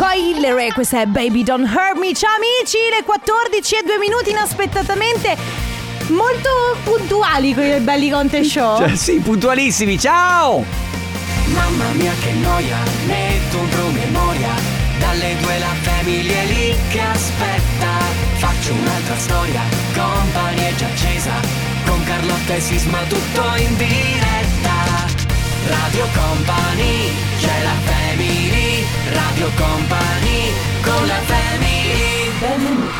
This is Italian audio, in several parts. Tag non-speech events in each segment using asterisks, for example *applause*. Taylor e questa è Baby Don't Hurt Me. Ciao amici, le 14 e 2 minuti inaspettatamente. Molto puntuali con il Belli Conte Show. Cioè, sì, puntualissimi, ciao! Mamma mia che noia, metto un promemoria Dalle due la famiglia è lì che aspetta Faccio un'altra storia, company è già accesa Con Carlotta e Sisma tutto in diretta Radio Company, c'è la family Radio Company, con la family Benvenuti.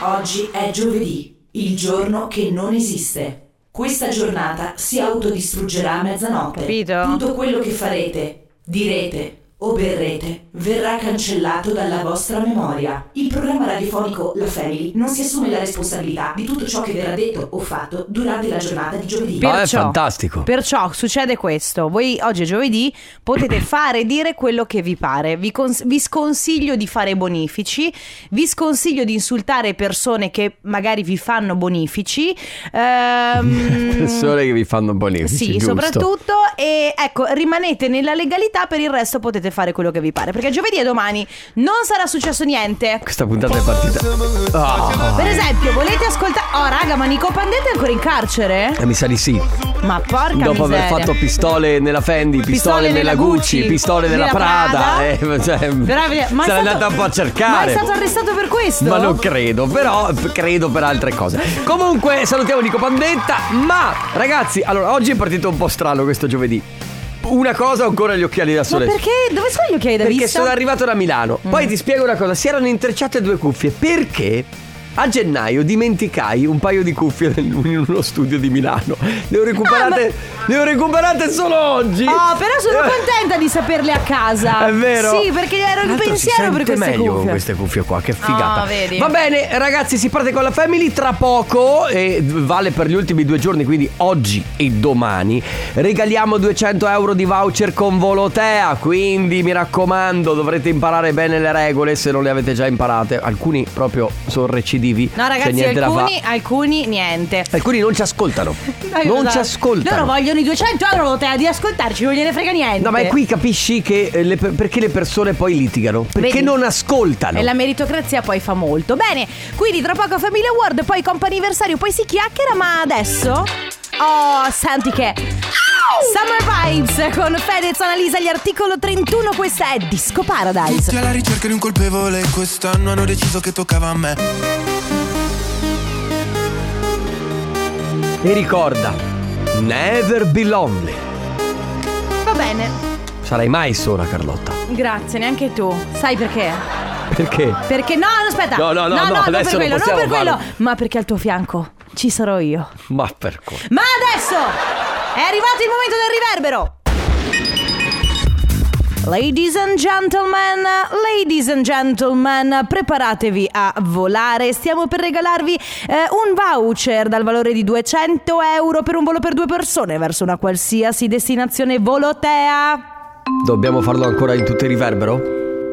Oggi è giovedì, il giorno che non esiste. Questa giornata si autodistruggerà a mezzanotte. Capito? Tutto quello che farete, direte o berrete verrà cancellato dalla vostra memoria. Il programma radiofonico La Family non si assume la responsabilità di tutto ciò che verrà detto o fatto durante la giornata di giovedì. Perciò- Ah, è fantastico. Perciò succede questo. Voi oggi è giovedì, potete fare e dire quello che vi pare. Vi, cons- vi sconsiglio di fare bonifici, vi sconsiglio di insultare persone che magari vi fanno bonifici. Ehm, Persone che vi fanno bonifici, Sì, giusto. soprattutto e ecco, rimanete nella legalità, per il resto potete fare quello che vi pare, perché giovedì e domani non sarà successo niente. Questa puntata è partita. Ah, Per esempio, volete ascoltare Oh, raga, ma Nico Pandetta è ancora in carcere? eh, mi sa di sì. Ma porca Dopo miseria. aver fatto pistole nella Fendi, pistole, nella Gucci, pistole nella Prada, eh, *laughs* cioè, Però, sarà ma è stato- andata un po' a Ma cercare. è stato arrestato per questo? Ma non credo, però p- credo per altre cose. Comunque salutiamo Nico Pandetta, ma ragazzi, allora oggi è partito un po' strano questo giovedì. Una cosa ancora gli occhiali da Ma sole. perché? Dove sono gli occhiali da Perché vista? Mm. sono arrivato da Milano. Poi ti spiego una cosa, si erano intrecciate due cuffie. Perché? A gennaio dimenticai un paio di cuffie *laughs* nel- in uno studio di Milano. Le ho recuperate, le ho recuperate solo oggi. Oh, però sono *laughs* Eh, contenta di saperle a casa. È vero. Sì, perché ero in Tanto si pensiero per sente queste meglio con cuffie. queste cuffie qua, che figata. Ah, vedi. Va bene, ragazzi, si parte con la family tra poco e vale per gli ultimi due giorni, quindi oggi e domani. Regaliamo 200 euro di voucher con Volotea, quindi mi raccomando, dovrete imparare bene le regole se non le avete già imparate. Alcuni proprio sono recidivi. No, c'è ragazzi, niente da fa- alcuni, alcuni niente. Alcuni non ci ascoltano. *laughs* Dai, non guarda, ci ascoltano. Loro vogliono i 200 euro te, di ascoltarci, non gliene frega niente. No, ma è qui capisci che eh, le per- perché le persone poi litigano? Perché Vedi? non ascoltano. E la meritocrazia poi fa molto. Bene, quindi tra poco Family Award, poi comp'anniversario, poi si chiacchiera, ma adesso... Oh, senti che... Summer Vibes con Fedez Analisa gli articolo 31, questa è Disco Paradise. Tutti alla ricerca di un colpevole, quest'anno hanno deciso che toccava a me. E ricorda, never be lonely. Va bene, Sarai mai sola, Carlotta. *laughs* grazie, neanche tu. Sai perché? Perché? Perché no, aspetta. No, no, no, no, non per adesso non quello, non, possiamo per quello, farlo. ma perché al tuo fianco ci sarò io. Ma per cosa? Ma adesso è arrivato il momento del riverbero. Ladies and gentlemen, ladies and gentlemen, preparatevi a volare. Stiamo per regalarvi eh, un voucher dal valore di 200 euro per un volo per due persone verso una qualsiasi destinazione volotea. Dobbiamo farlo ancora in tutto il riverbero?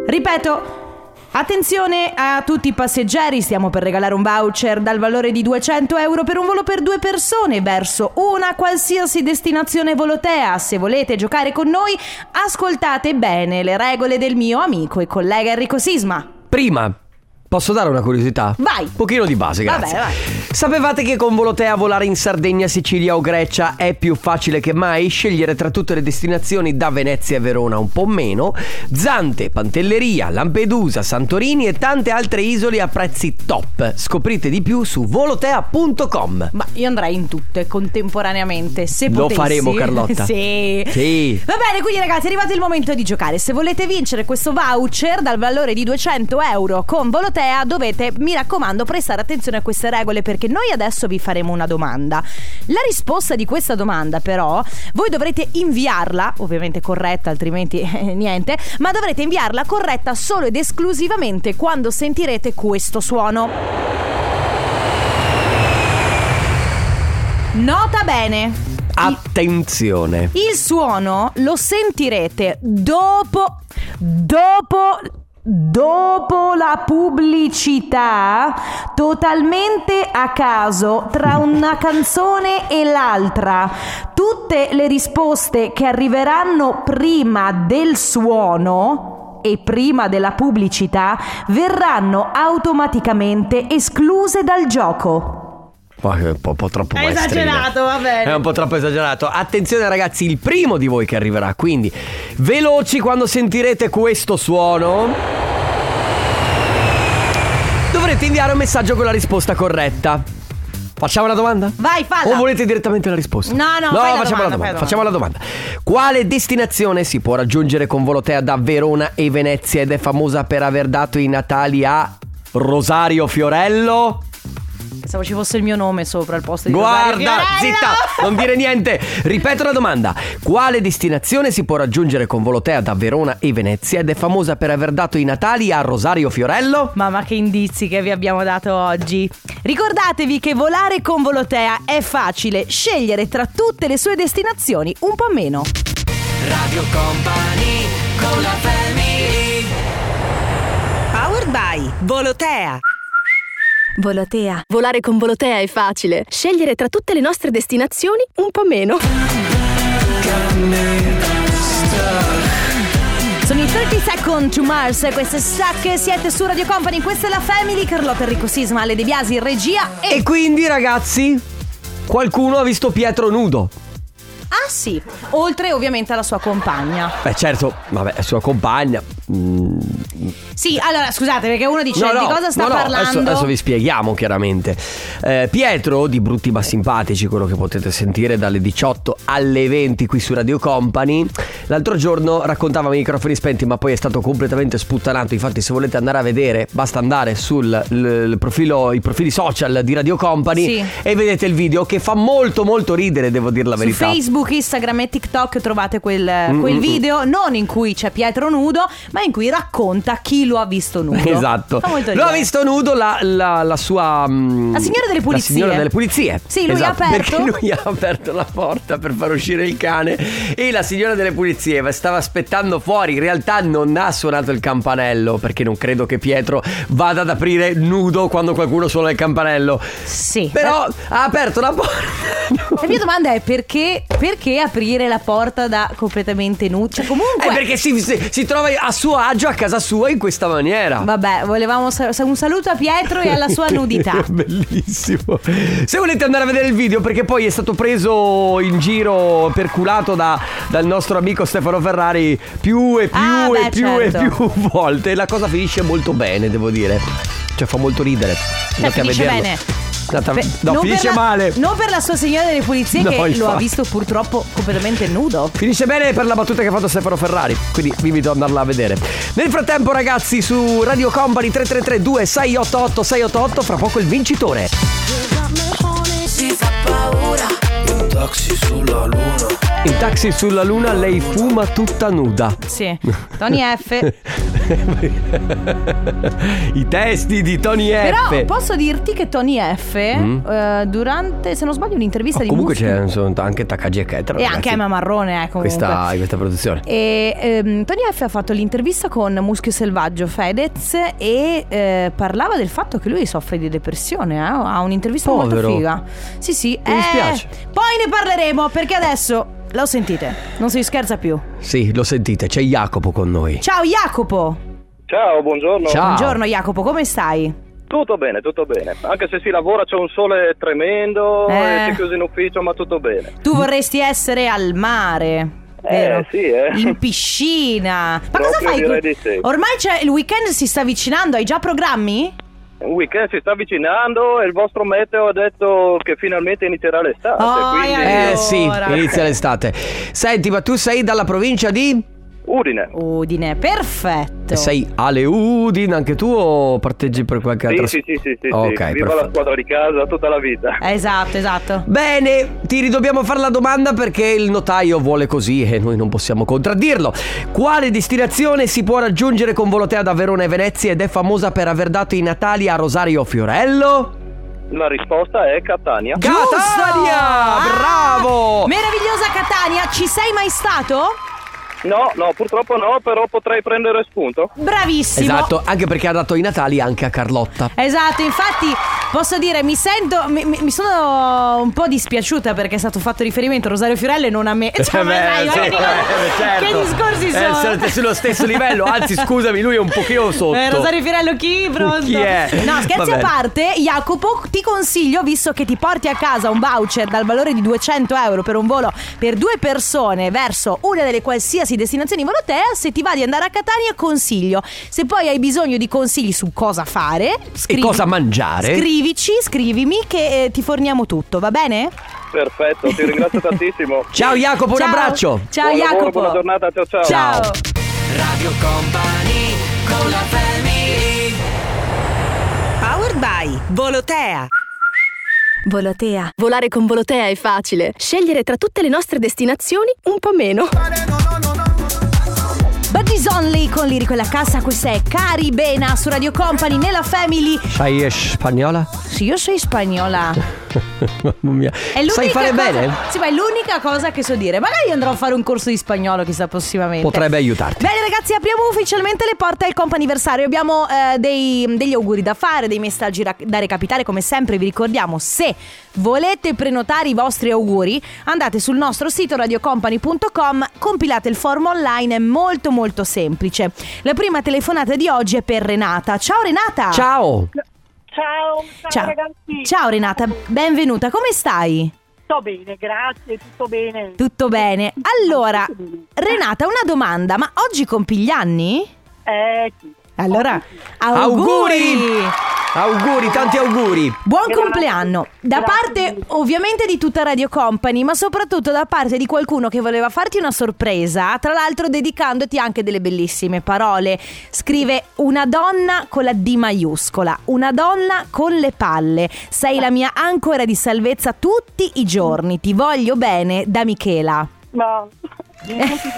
Ripeto, attenzione a tutti i passeggeri, stiamo per regalare un voucher dal valore di 200 euro per un volo per due persone verso una qualsiasi destinazione volotea. Se volete giocare con noi, ascoltate bene le regole del mio amico e collega Enrico Sisma. Prima, posso dare una curiosità? Vai. Un pochino di base, grazie. Vabbè, vai. Sapevate che con Volotea volare in Sardegna, Sicilia o Grecia è più facile che mai? Scegliere tra tutte le destinazioni da Venezia e Verona un po' meno, Zante, Pantelleria, Lampedusa, Santorini e tante altre isole a prezzi top. Scoprite di più su volotea.com. Ma io andrei in tutte contemporaneamente, se Lo potessi. faremo, *laughs* Carlotta. sì. Sì. Va bene, quindi ragazzi, è arrivato il momento di giocare. Se volete vincere questo voucher dal valore di 200 euro con Volotea, dovete, mi raccomando, prestare attenzione a queste regole perché noi adesso vi faremo una domanda. La risposta di questa domanda, però, voi dovrete inviarla, ovviamente corretta, altrimenti *laughs* eh, niente, ma dovrete inviarla corretta solo ed esclusivamente quando sentirete questo suono. Nota bene. I- Attenzione. il suono lo sentirete dopo. Dopo. Dopo la pubblicità, totalmente a caso, tra *laughs* una canzone e l'altra, tutte le risposte che arriveranno prima del suono e prima della pubblicità verranno automaticamente escluse dal gioco. Ma è un eh, po', un po' troppo È maestrino. esagerato, va bene. È un po' troppo esagerato. Attenzione ragazzi, il primo di voi che arriverà, quindi veloci quando sentirete questo suono. Dovrete inviare un messaggio con la risposta corretta. Facciamo la domanda? Vai, falla. O volete direttamente la risposta? No, no, no fai la domanda, facciamo la fai la domanda. Facciamo la domanda. Quale destinazione si può raggiungere con Volotea da Verona e Venezia ed è famosa per aver dato i Natali a Rosario Fiorello? Pensavo ci fosse il mio nome sopra al posto di Rosario Guarda, Fiorello. zitta, non dire niente. Ripeto la domanda. Quale destinazione si può raggiungere con Volotea da Verona e Venezia ed è famosa per aver dato i Natali a Rosario Fiorello? Mamma che indizi che vi abbiamo dato oggi. Ricordatevi che volare con Volotea è facile, scegliere tra tutte le sue destinazioni un po' meno. Radio Company con la family Powered by Volotea. Volotea. Volare con Volotea è facile. Scegliere tra tutte le nostre destinazioni un po' meno. Sono i 30 Second to Mars, queste stacche siete su Radio Company, questa è la Family, Carlotta Enrico Sisma, Ale De Biasi in regia e... E quindi, ragazzi, qualcuno ha visto Pietro nudo. Ah sì, oltre ovviamente alla sua compagna. Beh, certo, vabbè, sua compagna. Mm, Sì, allora scusate perché uno dice no, no, Cioè, di cosa sta no, no, parlando. Adesso, adesso vi spieghiamo chiaramente. Eh, Pietro, di Brutti ma Simpatici, quello che potete sentire dalle 18 alle 20 qui su Radio Company, l'altro giorno raccontava a microfoni spenti, ma poi è stato completamente sputtanato. Infatti, se volete andare a vedere, basta andare sul l- il profilo, i profili social di Radio Company Sì. e vedete il video che fa molto, molto ridere, devo dire la Su verità. Facebook, Instagram e TikTok trovate quel, Mm, quel mm, mm. video, non in cui c'è Pietro nudo, ma in cui racconta chi lo ha visto nudo. Esatto. Fa molto Lo ha ridere. visto nudo la, la- la sua. mm, La signora delle pulizie. La signora delle pulizie. Sì, lui ha Esatto, aperto. Perché *laughs* lui ha aperto la porta per far uscire il cane. E la signora delle pulizie stava aspettando fuori. In realtà non ha suonato il campanello. Perché non credo che Pietro vada ad aprire nudo quando qualcuno suona il campanello. Sì. Però ha aperto la *laughs* porta. La mia domanda è perché, perché aprire la porta da completamente nudo? Cioè comunque... È Eh, perché si, si- si trova a suo agio a casa sua in questa maniera. Vabbè, volevamo sa- un saluto a Pietro e alla *laughs* sua nudità. Bellissimo. Se volete andare a vedere il video, perché poi è stato preso in giro, perculato da- dal nostro amico Stefano Ferrari più e più Ah, e beh, più certo. e più volte. E la cosa finisce molto bene, devo dire. Cioè, fa molto ridere. Andate a finisce vederlo. bene. Andate a- Beh, no, non per finisce la- male. Non per la sua signora delle pulizie No, che lo ha infatti. visto purtroppo completamente nudo. Finisce bene per la battuta che ha fatto Stefano Ferrari, quindi vi invito ad andarla a vedere. Nel frattempo ragazzi su Radio Company 3332 688 688 fra poco il vincitore. In taxi sulla luna lei fuma tutta nuda. *laughs* Sì. Tony F. I testi di Tony F. Mm. Però posso dirti che Tony F, eh, durante, se non sbaglio, un'intervista Oh, di comunque Muffy- c'è insomma, anche Takagi e Ketra. E anche Emma Marrone, eh, comunque. Questa, in questa produzione. E ehm, Tony F ha fatto l'intervista con Muschio Selvaggio Fedez e eh, parlava del fatto che lui soffre di depressione. eh. Ha un'intervista Povero. molto figa. Sì, sì. Mi dispiace. Poi ne parleremo perché adesso. Lo sentite, non si scherza più. Sì, lo sentite, c'è Jacopo con noi. Ciao Jacopo! Ciao, buongiorno. Ciao. Buongiorno Jacopo, come stai? Tutto bene, tutto bene. Anche se si lavora c'è un sole tremendo, Eh. e si è chiuso in ufficio, ma tutto bene. Tu vorresti essere al mare. Eh, Vero? sì, eh. In piscina. Ma Proprio cosa fai? direi di sì. Ormai c'è il weekend si sta avvicinando, hai già programmi? Un weekend si sta avvicinando e il vostro meteo ha detto che finalmente inizierà l'estate. Oh, quindi eh, Eh sì, Allora. inizia l'estate. Senti, ma tu sei dalla provincia di? Udine. Oh. Udine, perfetto. Sei alle Udine anche tu o parteggi per qualche Sì, altra sì, sì, sì, sì, sì. Ok, Viva la perfetto. squadra di casa tutta la vita. Esatto, esatto. Bene, ti ridobbiamo fare la domanda perché il notaio vuole così e noi non possiamo contraddirlo. Quale destinazione si può raggiungere con Volotea da Verona e Venezia ed è famosa per aver dato i Natali a Rosario Fiorello? La risposta è Catania. Giusto! Catania! Ah, bravo! Meravigliosa Catania, ci sei mai stato? No, no, purtroppo no, però potrei prendere spunto. Bravissimo. Eh. Esatto, anche perché ha dato i Natali anche a Carlotta. Esatto, infatti Posso dire, mi sento, mi, mi- mi sono un po' dispiaciuta perché è stato fatto riferimento a Rosario Fiorello e non a *laughs* me. Cioè, Eh ma beh, dai, sì, voglio dire, eh, certo. Che discorsi Eh, sono? sarete sullo *laughs* stesso livello, anzi, scusami, lui è un pochino sotto. Eh, Rosario Fiorello chi? Pronto? Chi è? No, scherzi Va a bene. parte, Jacopo, ti consiglio, visto che ti porti a casa un voucher dal valore di 200 euro per un volo per due persone verso una delle qualsiasi destinazioni volotea, se ti va di andare a Catania consiglio. Se poi hai bisogno di consigli su cosa fare, scrivi, cosa mangiare. Scrivici, scrivimi che eh, ti forniamo tutto, va bene? Perfetto, ti *laughs* ringrazio tantissimo. Ciao Jacopo, un Ciao. abbraccio. Ciao Buon lavoro, Jacopo. buona giornata, ciao ciao. Ciao. Radio Company con la family Powered by Volotea. Volotea. Volare con Volotea è facile. Scegliere tra tutte le nostre destinazioni un po' meno. Budgies Only con Lirico e la Cassa, questa è Caribena su Radio Company nella Family. Sai eh, spagnola? *laughs* Sì, io sei spagnola. Mamma mia. È l'unica Sai fare cosa- bene? Sì, ma è l'unica cosa che so dire. Magari andrò a fare un corso di spagnolo, chissà, prossimamente. Potrebbe aiutarti. Bene ragazzi, apriamo ufficialmente le porte al comp'anniversario. Abbiamo eh, dei- degli auguri da fare, dei messaggi ra- da recapitare. Come sempre vi ricordiamo, se volete prenotare i vostri auguri, andate sul nostro sito radiocompany.com, compilate il form online, è molto molto semplice. La prima telefonata di oggi è per Renata. Ciao Renata! Ciao. Ciao, ciao, Ciao. ragazzi. Ciao Renata, benvenuta, come stai? Tutto bene, grazie, tutto bene. Tutto bene. Allora, Renata, una domanda, ma oggi compi gli anni? Eh, sì. Allora, Auguri! auguri! Auguri, tanti auguri. Buon Grazie. compleanno! Da Grazie parte mille. ovviamente di tutta Radio Company, ma soprattutto da parte di qualcuno che voleva farti una sorpresa, tra l'altro dedicandoti anche delle bellissime parole. Scrive una donna con la D maiuscola, una donna con le palle. Sei la mia ancora di salvezza tutti i giorni. Ti voglio bene da Michela. *laughs* Ma non ti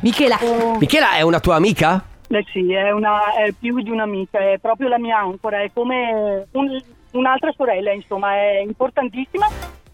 Michela, Oh, Michela è una tua amica? eh sì, è, una, è più di un'amica, è proprio la mia ancora, è come un- un'altra sorella, insomma, è importantissima.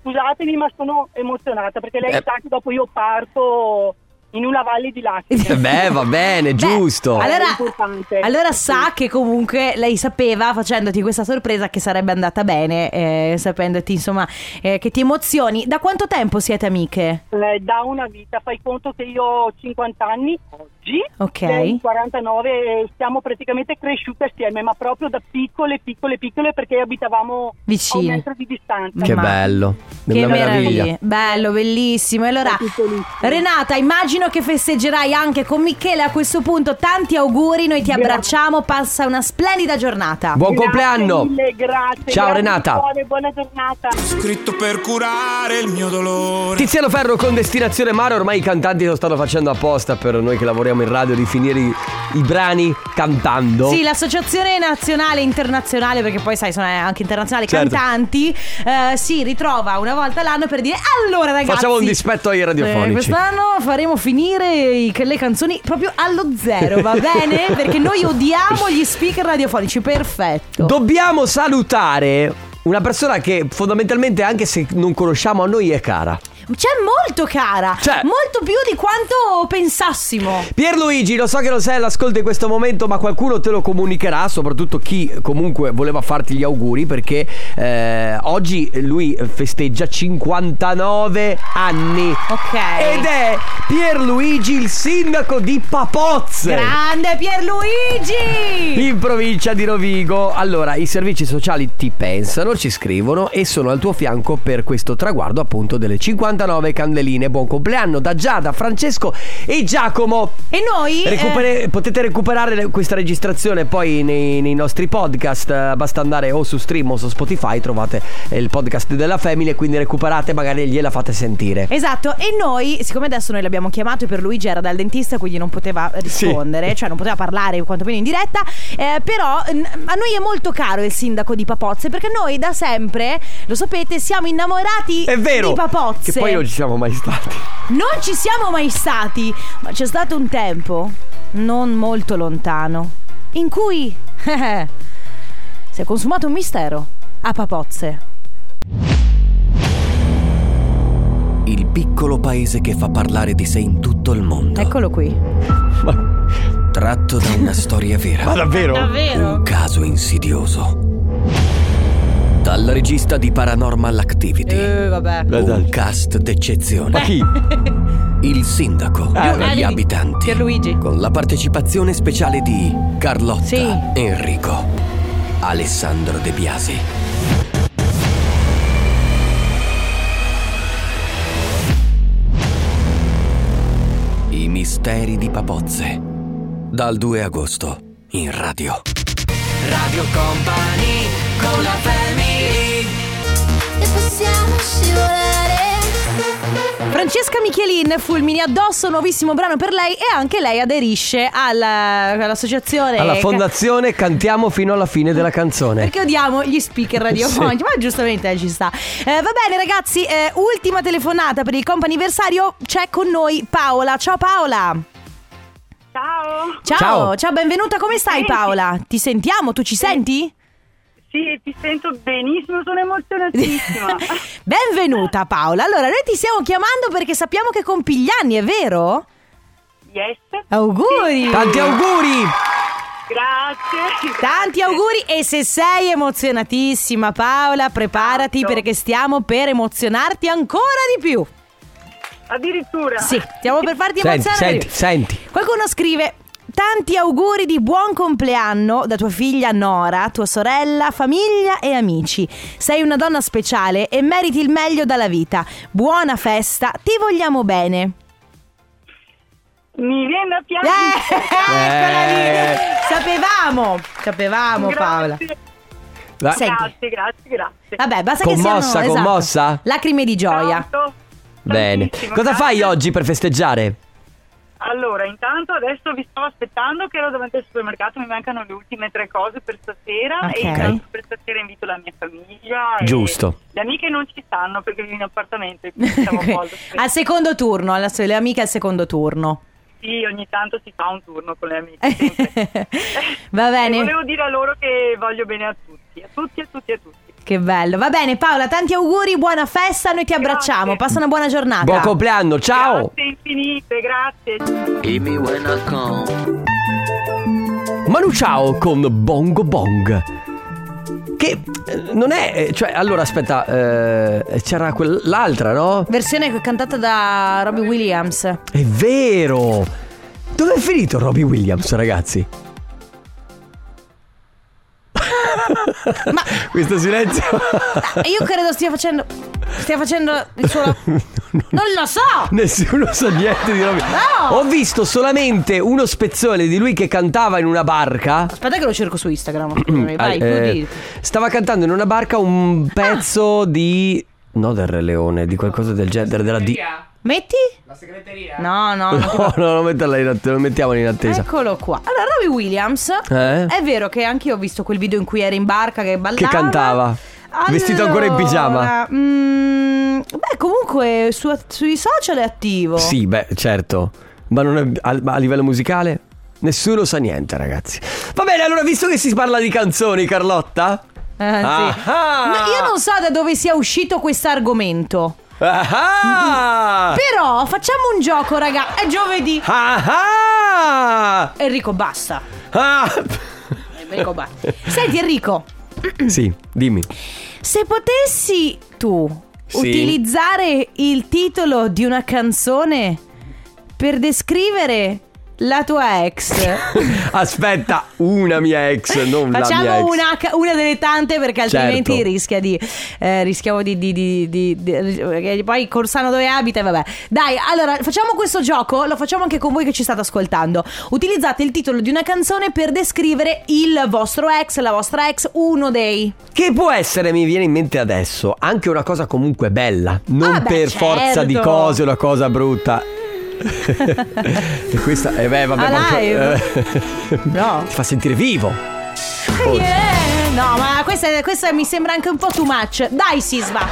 Scusatemi, ma sono emozionata perché lei Eh. sa che dopo io parto in una valle di Eh lacrime. Beh, *laughs* va bene, giusto. allora- È importante. Allora sa che comunque lei sapeva facendoti questa sorpresa che sarebbe andata bene, eh, sapendoti insomma eh, che ti emozioni. Da quanto tempo siete amiche? Eh, da una vita. Fai conto che io ho 50 anni oggi, Ok. lei 49 e siamo praticamente cresciute assieme, ma proprio da piccole, piccole, piccole perché abitavamo a un Vicine. metro di distanza. Che ma- bello. che una meraviglia. Bello, bellissimo. E allora, Piccolissime. Renata, immagino che festeggerai anche con Michele a questo punto. Tanti auguri, noi ti Grazie. abbracciamo, passa una splendida giornata. Buon Grazie compleanno. mille, grazie. Ciao grazie Renata. di cuore, buona giornata. Scritto per curare il mio dolore. Tiziano Ferro con Destinazione Mare, ormai i cantanti lo stanno facendo apposta per noi che lavoriamo in radio di finire i, i brani cantando. Sì, l'associazione nazionale e internazionale, perché poi sai, sono eh, anche internazionali Certo. cantanti, eh, si ritrova una volta all'anno per dire allora ragazzi... Facciamo un dispetto ai radiofonici. eh, quest'anno faremo finire i- che le canzoni proprio allo zero, va bene? *laughs* Perché noi odiamo gli speaker radiofonici, perfetto. Dobbiamo salutare una persona che fondamentalmente, anche se non conosciamo a noi, è cara. C'è molto cara, C'è. molto più di quanto pensassimo. Pierluigi, lo so che lo sei all'ascolto in questo momento, ma qualcuno te lo comunicherà, soprattutto chi comunque voleva farti gli auguri, perché eh, oggi lui festeggia 59 anni. Ok. Ed è Pierluigi il sindaco di Papozze. Grande Pierluigi! In provincia di Rovigo. Allora, i servizi sociali ti pensano, ci scrivono e sono al tuo fianco per questo traguardo appunto delle 59 candeline. Buon compleanno da Giada, Francesco e Giacomo. E noi... eh, Recupere- potete recuperare le- questa registrazione poi nei, nei nostri podcast. eh, Basta andare o su stream o su Spotify, trovate eh, il podcast della Family e quindi recuperate, magari gliela fate sentire. Esatto, e noi, siccome adesso noi l'abbiamo chiamato e per Luigi era dal dentista, quindi non poteva rispondere, cioè non poteva parlare quantomeno in diretta, eh, però n- a noi è molto caro il sindaco di Papozze perché noi da sempre, lo sapete, siamo innamorati È vero! di Papozze. Che poi non ci siamo mai stati. Non ci siamo mai stati, ma c'è stato un tempo, non molto lontano, in cui *laughs* si è consumato un mistero a Papozze. Il piccolo paese che fa parlare di sé in tutto il mondo Eccolo qui. Tratto da una storia vera davvero? Davvero? Un caso insidioso Dal regista di Paranormal Activity. Eh, vabbè. Un cast d'eccezione. chi? Il sindaco Ah, e eh, gli di- abitanti. Pierluigi. Con la partecipazione speciale di Carlotta, Sì. Enrico, Alessandro De Biasi. I misteri di Papozze. Dal 2 agosto in radio. Radio Company con la E possiamo scivolare. Francesca Michelin, Fulmini addosso, nuovissimo brano per lei e anche lei aderisce alla- all'associazione Alla fondazione cantiamo fino alla fine della canzone. Perché odiamo gli speaker radiofonici, ma giustamente eh, ci sta. Eh, va bene ragazzi, eh, ultima telefonata per il comp'anniversario, c'è con noi Paola. Ciao Paola. Ciao. Ciao, ciao, Ciao. benvenuta, come stai Paola? Ti sentiamo, tu ci senti? Sì, ti sento benissimo, *laughs* sono emozionatissima. Benvenuta Paola. Allora, noi ti stiamo chiamando perché sappiamo che compi gli anni, è vero? yes. Auguri! Tanti auguri! Grazie. Tanti grazie. auguri e se sei emozionatissima Paola, preparati Esatto. perché stiamo per emozionarti ancora di più. Addirittura. Sì, stiamo per farti Senti, emozionare. di senti, più. senti. Qualcuno scrive Tanti auguri di buon compleanno da tua figlia Nora, tua sorella, famiglia e amici. Sei una donna speciale e meriti il meglio dalla vita. Buona festa, ti vogliamo bene. Mi viene a Eh, *laughs* piangere. eccola lì. Eh. Ecco Sapevamo, sapevamo Paola. Grazie, Va- Senti. grazie, grazie, grazie. Vabbè, basta che Commossa, siano esatto, commossa? Lacrime di gioia. Tanto, Bene. tantissimo, Cosa grazie. fai oggi per festeggiare? Allora, intanto adesso vi stavo aspettando che ero davanti al supermercato, mi mancano le ultime tre cose per stasera Ok. e intanto per stasera invito la mia famiglia. e Giusto. Le amiche non ci stanno perché vivo in appartamento e quindi *laughs* siamo un po' allo scherzo. Ah, al secondo turno, alla sua- le amiche al secondo *laughs* turno. Sì, ogni tanto si fa un turno con *laughs* le amiche. sempre. Va E bene, volevo dire a loro che voglio bene a tutti, a tutti, a tutti, a tutti. che bello. Va bene Paola, tanti auguri, buona festa, noi ti abbracciamo. Grazie. Passa una buona giornata. Buon compleanno, ciao! Grazie infinite, grazie. Manu Ciao con Bongo Bong. Che eh, non è. eh, Cioè, allora aspetta, eh, c'era quell'altra, no? Versione cantata da Robbie Williams. È vero! Dove è finito Robbie Williams, ragazzi? Ma *laughs* questo silenzio. E io credo stia facendo. Stia facendo il *laughs* suo. non lo so! Nessuno sa niente di Robbie. No! Ho visto solamente uno spezzone di lui che cantava in una barca. Aspetta che lo cerco su *clears throat* Instagram. Scusami, vai, Ah. Eh, puoi dirti. stava cantando in una barca un pezzo di. No, del Re Leone, di qualcosa del genere. Della di... Metti? La segreteria? No, no, no. *laughs* No, no, non metterla in attesa, non mettiamola in attesa. Eccolo qua. Allora, Robbie Williams. Eh? È vero che anche io ho visto quel video in cui era in barca che ballava. Che cantava. Vestito ancora in pigiama. Allora, mm, beh, comunque su- sui social è attivo. Sì, beh, certo. Ma non è- a, ma a livello musicale? Nessuno sa niente, ragazzi. Va bene, allora, visto che si parla di canzoni, Carlotta. Eh, sì. Ah-ah! No, io non so da dove sia uscito questo argomento. Ah! Però facciamo un gioco, raga. È giovedì. Ah! Enrico, basta. Ah! Enrico, *laughs* basta. Senti, Enrico, Sì, dimmi. se potessi tu Sì. utilizzare il titolo di una canzone per descrivere la tua ex, *laughs* Aspetta, una mia ex, non la mia facciamo ex. una, ca- una delle tante perché altrimenti Certo. rischia di, eh, rischiamo di, di, di, di- di- che Poi Corsano dove abita e vabbè. Dai, allora facciamo questo gioco, lo facciamo anche con voi che ci state ascoltando. Utilizzate il titolo di una canzone per descrivere il vostro ex, la vostra ex, uno dei. Che può essere, mi viene in mente adesso, anche una cosa comunque bella, non Ah, beh, per certo. forza di cose una *laughs* cosa brutta. e questa, eh beh, vabbè, ma- Alive. eh, *laughs* No. ti fa sentire vivo. Yeah. Eh, No, ma questa, questa mi sembra anche un po' too much. Dai, Sisma.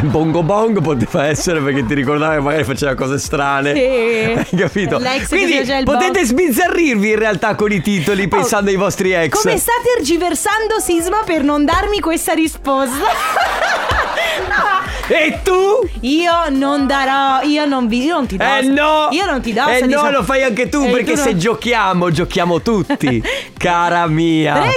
Bongo Bong poteva essere perché ti ricordava che magari faceva cose strane. Sì. Hai capito? L'ex che Quindi faceva il potete bong. sbizzarrirvi in realtà con i titoli pensando ai vostri ex. Come sta tergiversando Sisma per non darmi questa risposta? no, E tu? *laughs* Io non darò, io non vi, io non ti do. Eh no! Io non ti do. Eh soddisfa- no, lo fai anche tu, Eh, perché tu se non- giochiamo, giochiamo *laughs* tutti. Cara mia. 3 3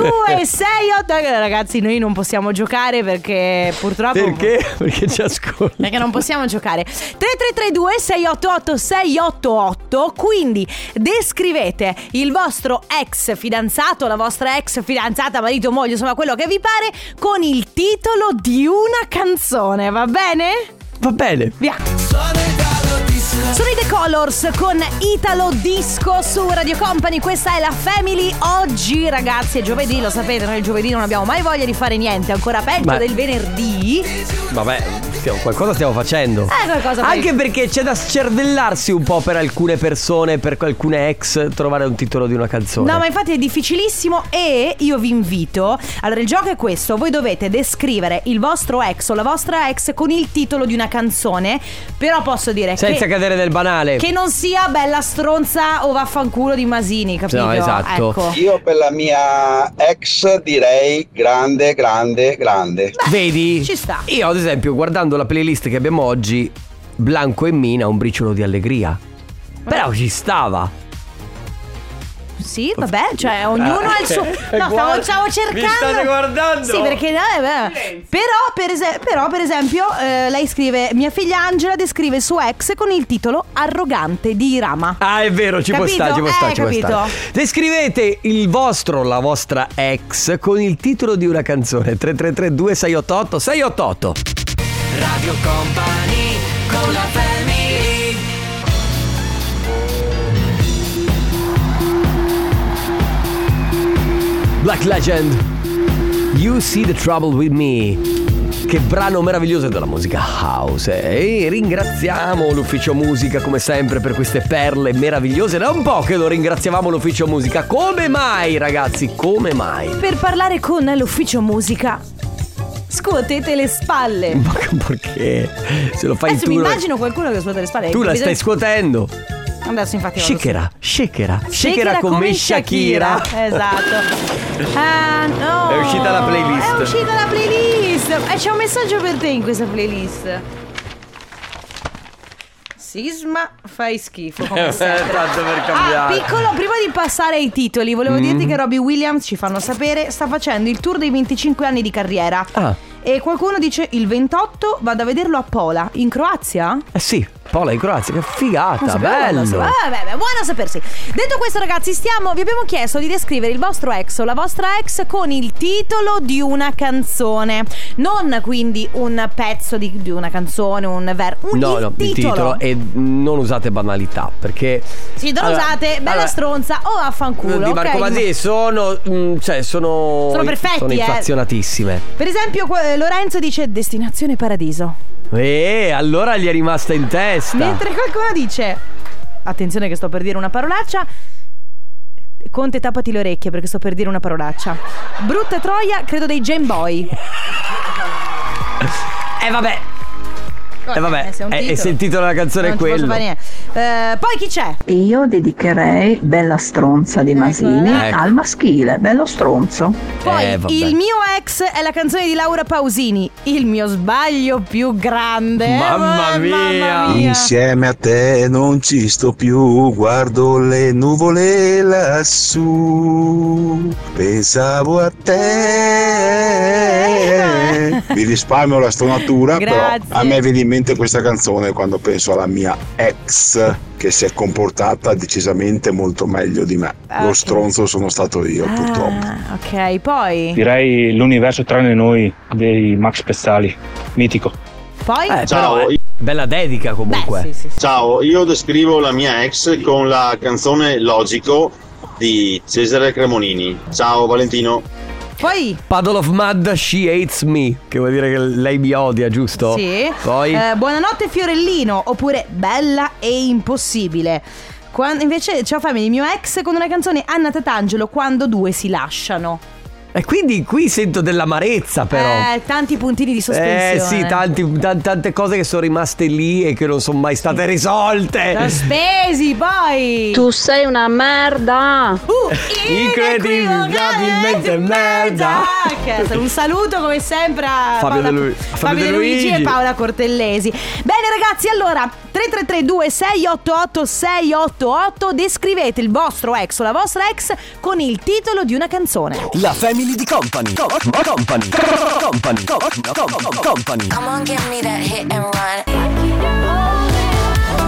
3 *laughs* 2 6 8 Ragazzi noi non possiamo giocare perché purtroppo Perché? Perché ci ascolta. Perché non possiamo giocare 3332 688 688 Quindi descrivete il vostro ex fidanzato La vostra ex fidanzata, marito, moglie Insomma quello che vi pare Con il titolo di una canzone Va bene? Va bene. Via sono i The Colors con Italo Disco su Radio Company, questa è la Family oggi ragazzi, è giovedì, lo sapete, noi il giovedì non abbiamo mai voglia di fare niente, ancora peggio Ma- del venerdì. Vabbè, stiamo- qualcosa stiamo facendo. Eh, qualcosa poi- Anche perché c'è da scervellarsi un po' per alcune persone, per alcune ex, trovare un titolo di una canzone. No, ma infatti è difficilissimo e io vi invito. Allora, il gioco è questo: voi dovete descrivere il vostro ex o la vostra ex con il titolo di una canzone. Però posso dire Senza che, cadere nel banale. che non sia bella stronza o vaffanculo di Masini, capito? No, esatto. Ecco. Io per la mia ex direi grande, grande, grande. Vedi? Ci sta. Io, ad esempio, guardando la playlist che abbiamo oggi, Blanco e Mina, un briciolo di allegria. Però ci stava. Sì, vabbè, cioè ognuno ha il *laughs* suo. No, stavo, Eh, Guarda- stavo mi cercando. state guardando? Sì, perché. eh, beh. Però, per es- però, per esempio, eh, lei scrive: Mia figlia Angela descrive il suo ex con il titolo Arrogante di Irama. Ah, è vero, ci Capito? può stare, ci può Eh, stare, ci può capito. stare. Descrivete il vostro, la vostra ex con il titolo di una canzone. 333 2688 688. Radio Company con la family Black Legend. You see the trouble with me. Che brano meraviglioso della musica house. eh. E ringraziamo l'ufficio musica come sempre per queste perle meravigliose. Da un po' che lo ringraziavamo l'ufficio musica. Come mai, ragazzi? Come mai? Per parlare con l'ufficio musica Scuotete le spalle Ma perché? Se lo fai Adesso tu, mi lo- immagino qualcuno che scuote le spalle tu la stai Bisogna- scuotendo. Adesso infatti vado Shakira, Shakira, su- Shakira con me Shakira. Shakira. *laughs* Esatto Ah no È uscita la playlist. È uscita la playlist E c'è un messaggio per te in questa playlist Sisma fai schifo *laughs* come sempre Tanto per Esatto. Ah, cambiare. Mm. piccolo, prima di passare ai titoli, volevo dirti che Robbie Williams, ci fanno sapere, sta facendo il tour dei 25 anni di carriera. Ah. E qualcuno dice il 28 vado a vederlo a Pola, in Croazia? Eh sì, Paola in Croazia, che Non figata, sapevo, non bello. sapevo. Ah, vabbè, vabbè, buono a sapersi. Detto questo, ragazzi, stiamo, vi abbiamo chiesto di descrivere il vostro ex o la vostra ex con il titolo di una canzone. Non quindi un pezzo di, di una canzone, un ver. Un No, il no, il titolo. titolo e non usate banalità perché... Sì, non Allora, usate, bella allora, stronza o vaffanculo. Di Marco ok? Basile sono, mm, cioè, sono... Sono perfetti, Sono eh. inflazionatissime. Per esempio, que- Lorenzo dice destinazione paradiso. E Eh, allora gli è rimasta in testa. Mentre qualcuno dice: Attenzione, che sto per dire una parolaccia. Conte, tappati le orecchie perché sto per dire una parolaccia. Brutta troia, credo dei Game Boy. Eh vabbè. Eh vabbè, Eh, se è un eh, e titolo. se il titolo della canzone Non è ci posso quello. fare niente. Eh, poi chi c'è? Io dedicherei Bella stronza di Masini Eccola là. al maschile, bello stronzo. Poi Eh, vabbè. il mio ex è la canzone di Laura Pausini. Il mio sbaglio più grande. Mamma Eh, mia. Mamma mia. Insieme a te non ci sto più, guardo le nuvole lassù, pensavo a *laughs* te. Vi risparmio la stonatura, Grazie. però a me viene in mente questa canzone quando penso alla mia ex che si è comportata decisamente molto meglio di me. Ah, Lo ok. stronzo sono stato io, purtroppo. Ah, ok, poi. Direi l'universo tranne noi dei Max Pezzali. Mitico. Poi. Eh, però, eh, bella dedica comunque. Ciao, io descrivo la mia ex con la canzone Logico di Cesare Cremonini. Ciao Valentino. Poi. Puddle of Mud, She Hates Me. Che vuol dire che lei mi odia, giusto? Sì. Poi. Eh, buonanotte Fiorellino, oppure Bella e impossibile. Quan- invece ciao fammi il mio ex con una canzone Anna Tatangelo quando due si lasciano. E quindi qui sento dell'amarezza però. Eh, tanti puntini di sospensione. Eh sì, tanti- tan- tante cose che sono rimaste lì e che non sono mai state risolte. Da spesi poi. Tu sei una merda. Uh, Incredibilmente merda. Podcast. Un saluto come sempre a Fabio Paola- De Lu- Fabio Fabio De De Luigi. Luigi e Paola Cortellesi. Bene ragazzi, allora 3332 688 688 descrivete il vostro ex o la vostra ex con il titolo di una canzone. La family di company. Co- co- company. Co- co- company. Co- co- co- company. Come on, give me that hit and run.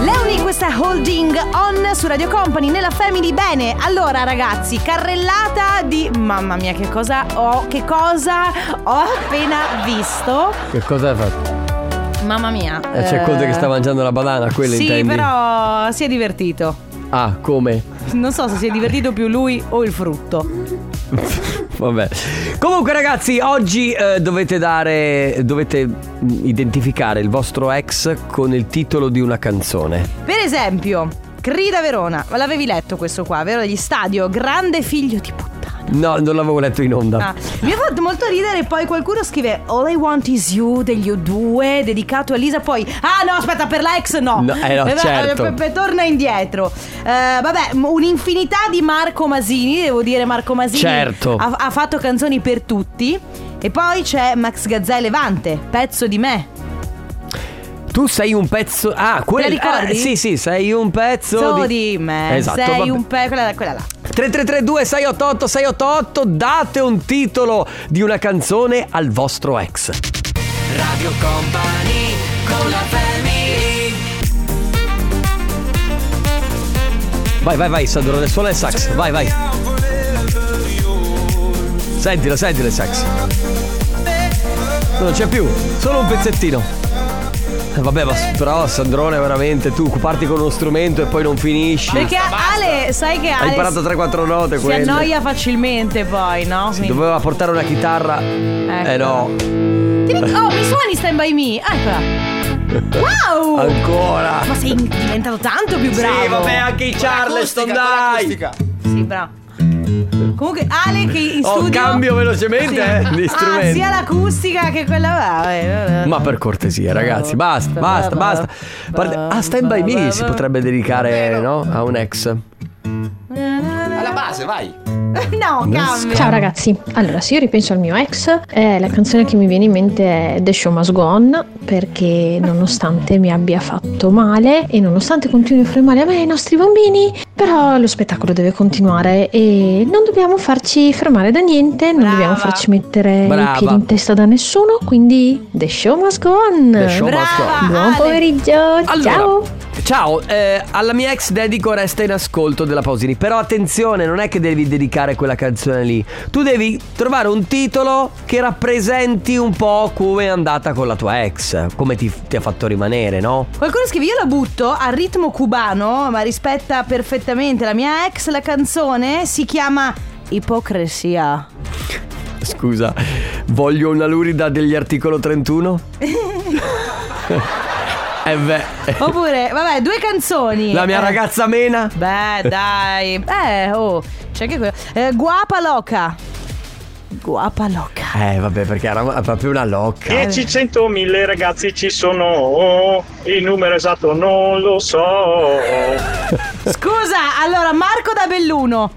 Leoni, questa è Holding On su Radio Company nella Family. Bene, allora ragazzi, carrellata di... Mamma mia, che cosa ho, che cosa ho appena visto. Che cosa hai fatto? Mamma mia. Eh, C'è eh, Conte che sta mangiando la banana, quella Sì, intendi? però si è divertito. Ah, come? Non so se si è divertito più lui o il frutto. Vabbè. Comunque, ragazzi, oggi eh, dovete dare. Dovete mh, identificare il vostro ex con il titolo di una canzone. Per esempio, Crida Verona. Ma L'avevi letto questo qua, vero? Degli stadio, grande figlio di puttana. No, non l'avevo letto in onda. Ah, Mi ha fatto molto ridere. Poi qualcuno scrive All I Want Is You degli U2, dedicato a Lisa. Poi, ah no, aspetta, per la ex no. No, eh *laughs* no, Vabbè, certo. eh, p- torna indietro. Eh, vabbè, m- un'infinità di Marco Masini. Devo dire, Marco Masini Certo. ha, ha fatto canzoni per tutti. E poi c'è Max Gazzè Levante, pezzo di me. Tu sei un pezzo. Ah, quello. ricordi? sì, sì, sei un pezzo. Pezzo di me. Esatto. Sei vabbè. un pe- quella, quella là. 3332 688 688 date un titolo di una canzone al vostro ex. Radio Company con la family. Vai, vai, vai, Sandro, nel suono il sax. Vai, vai. Sentilo, sentilo il sax. Non c'è più, solo un pezzettino. Eh, Vabbè, ma s- però Sandrone veramente tu parti con uno strumento e poi non finisci. Perché Ale, sai che Ale Hai imparato 3-4 note si quelle. annoia facilmente poi, no? Quindi- Doveva portare una chitarra. Ecco. Eh no. Ti ric- oh, mi suoni Stand By Me? Eccola. Wow! Ancora. Ma sei diventato tanto più Sì, bravo. vabbè, anche i Charleston, Con l'acustica, dai. Sì, bravo. Comunque, Ale che in Oh, studio... cambio velocemente, eh, *laughs* di Ah, strumenti. sia l'acustica che quella... eh, eh, Ma per cortesia, ragazzi, basta, basta, basta. Parte- Ah, stand by me si potrebbe dedicare, no? A un ex. Oh, Alla base, vai. No, cambia. Ciao ragazzi, allora se io ripenso al mio ex, eh, la canzone che mi viene in mente è The Show Must Go On perché nonostante mi abbia fatto male e nonostante continui a fare male a me e ai nostri bambini, però lo spettacolo deve continuare e non dobbiamo farci fermare da niente, non dobbiamo farci mettere Brava. i piedi in testa da nessuno, quindi The Show Must Go On. The show must go on. Buon pomeriggio, Allora, ciao! ciao, eh, alla mia ex dedico Resta in ascolto della Pausini. Però attenzione, non è che devi dedicare quella canzone lì. Tu devi trovare un titolo che rappresenti un po' come è andata con la tua ex, come ti, ti ha fatto rimanere, no? Qualcuno scrive io la butto al ritmo cubano, ma rispetta perfettamente la mia ex, la canzone si chiama Ipocrisia. Scusa, voglio una lurida degli articolo *laughs* 31? eh beh. Oppure, vabbè, due canzoni. La mia Eh. ragazza mena. Beh, *laughs* dai. Eh, oh, c'è anche quello. Eh, guapa loca. Guapa loca. Eh vabbè, perché era proprio una locca. Eh. 10, 100, 1000 ragazzi ci sono, oh, il numero esatto non lo so. Scusa, allora, Marco da Belluno.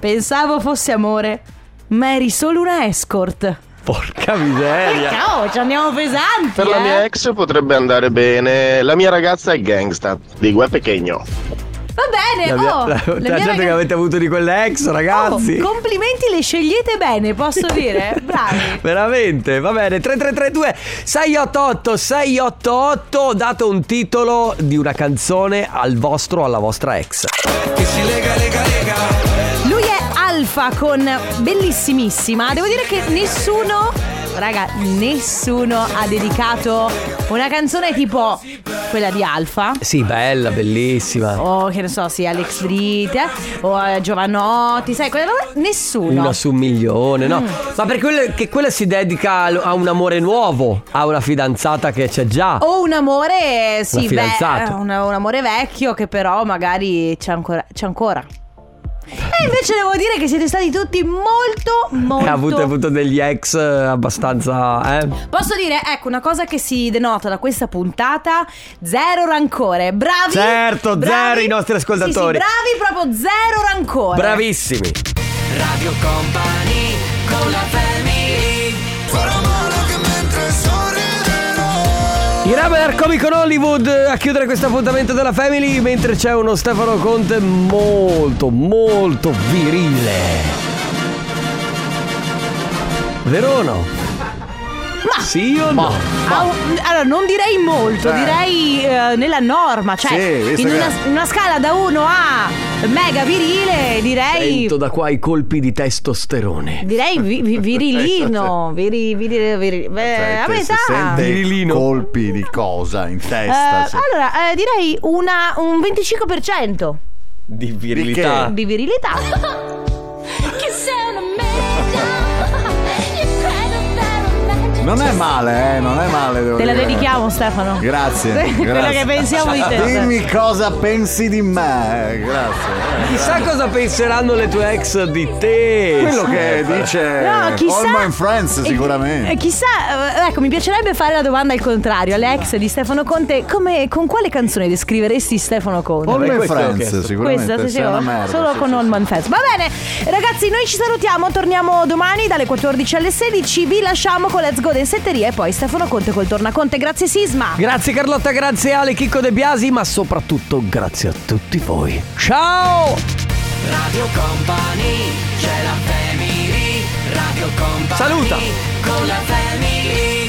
Pensavo fosse amore, ma eri solo una escort. Porca miseria. Ciao, ci andiamo pesanti. Per la eh. mia ex potrebbe andare bene. La mia ragazza è gangsta di Gue Pechegno. Va bene, La mia- oh. la- la la mia gente ragazza- che avete avuto di quelle ex, ragazzi. Oh, complimenti, le scegliete bene, posso dire? Bravi. *laughs* Veramente, va bene. 3332 688 688 date un titolo di una canzone al vostro o alla vostra ex. Lui è Alfa con bellissimissima. Devo dire che nessuno, raga, nessuno ha dedicato una canzone tipo quella di Alfa. Sì, bella, bellissima. O che ne so, sì, Alex Britt eh, o a Giovanotti, sai, quella roba- Nessuno. Una su un milione, Mm. no? Ma perché quella, che quella si dedica al- a un amore nuovo, a una fidanzata che c'è già. O un amore, sì, beh, fidanzato. un, un amore vecchio che però magari c'è ancora. C'è ancora. invece devo dire che siete stati tutti molto, molto... Ha avuto, ha avuto degli ex eh, abbastanza. Eh? Posso dire, ecco, una cosa che si denota da questa puntata, zero rancore. Bravi! Certo, zero i nostri ascoltatori. Sì, sì, bravi, proprio zero rancore. Bravissimi. Radio Company con la family Farò male che mentre sorriderò I Rubber Comic Con Hollywood a chiudere questo appuntamento della Family mentre c'è uno Stefano Conte molto molto virile. Vero o no? Ma- Sì o no? Ah, un- Allora, non direi molto, Eh. direi eh, nella norma, Sì, cioè visto in che- una, in una scala da 1 a mega virile, direi Sento da qua i colpi di testosterone. direi vi- vi- *laughs* virilino, viri, viri- viri- beh, Eh, a Eh, Cioè, te- se metà. sente colpi di cosa in Eh, testa. se- allora, eh, direi una, un 25% Di Ah. virilità. di virilità. Non è male, eh, non è male. devo Te la dire. dedichiamo, Stefano. Grazie. Sì, grazie. Quello che pensiamo di te. Dimmi cosa pensi di me. eh, Grazie. eh, Chissà grazie. cosa penseranno le tue ex di te. Quello che dice No, chissà- All my friends, e- sicuramente. Eh, Chissà, eh, ecco, mi piacerebbe fare la domanda al contrario. Alex di Stefano Conte, come, con quale canzone descriveresti Stefano Conte? All my questo ho friends, chiesto. sicuramente. sì, sì, sei una merda, solo sì, con sì, All sì. Man Fest. Va bene, ragazzi, noi ci salutiamo. Torniamo domani dalle 14 alle 16. Vi lasciamo con Let's Go Densetteria e poi Stefano Conte col Tornaconte. Grazie, Sisma. Grazie Carlotta, grazie Ale, Chicco De Biasi, ma soprattutto grazie a tutti voi. Ciao! Radio Company c'è la family Radio Company Saluta. con la family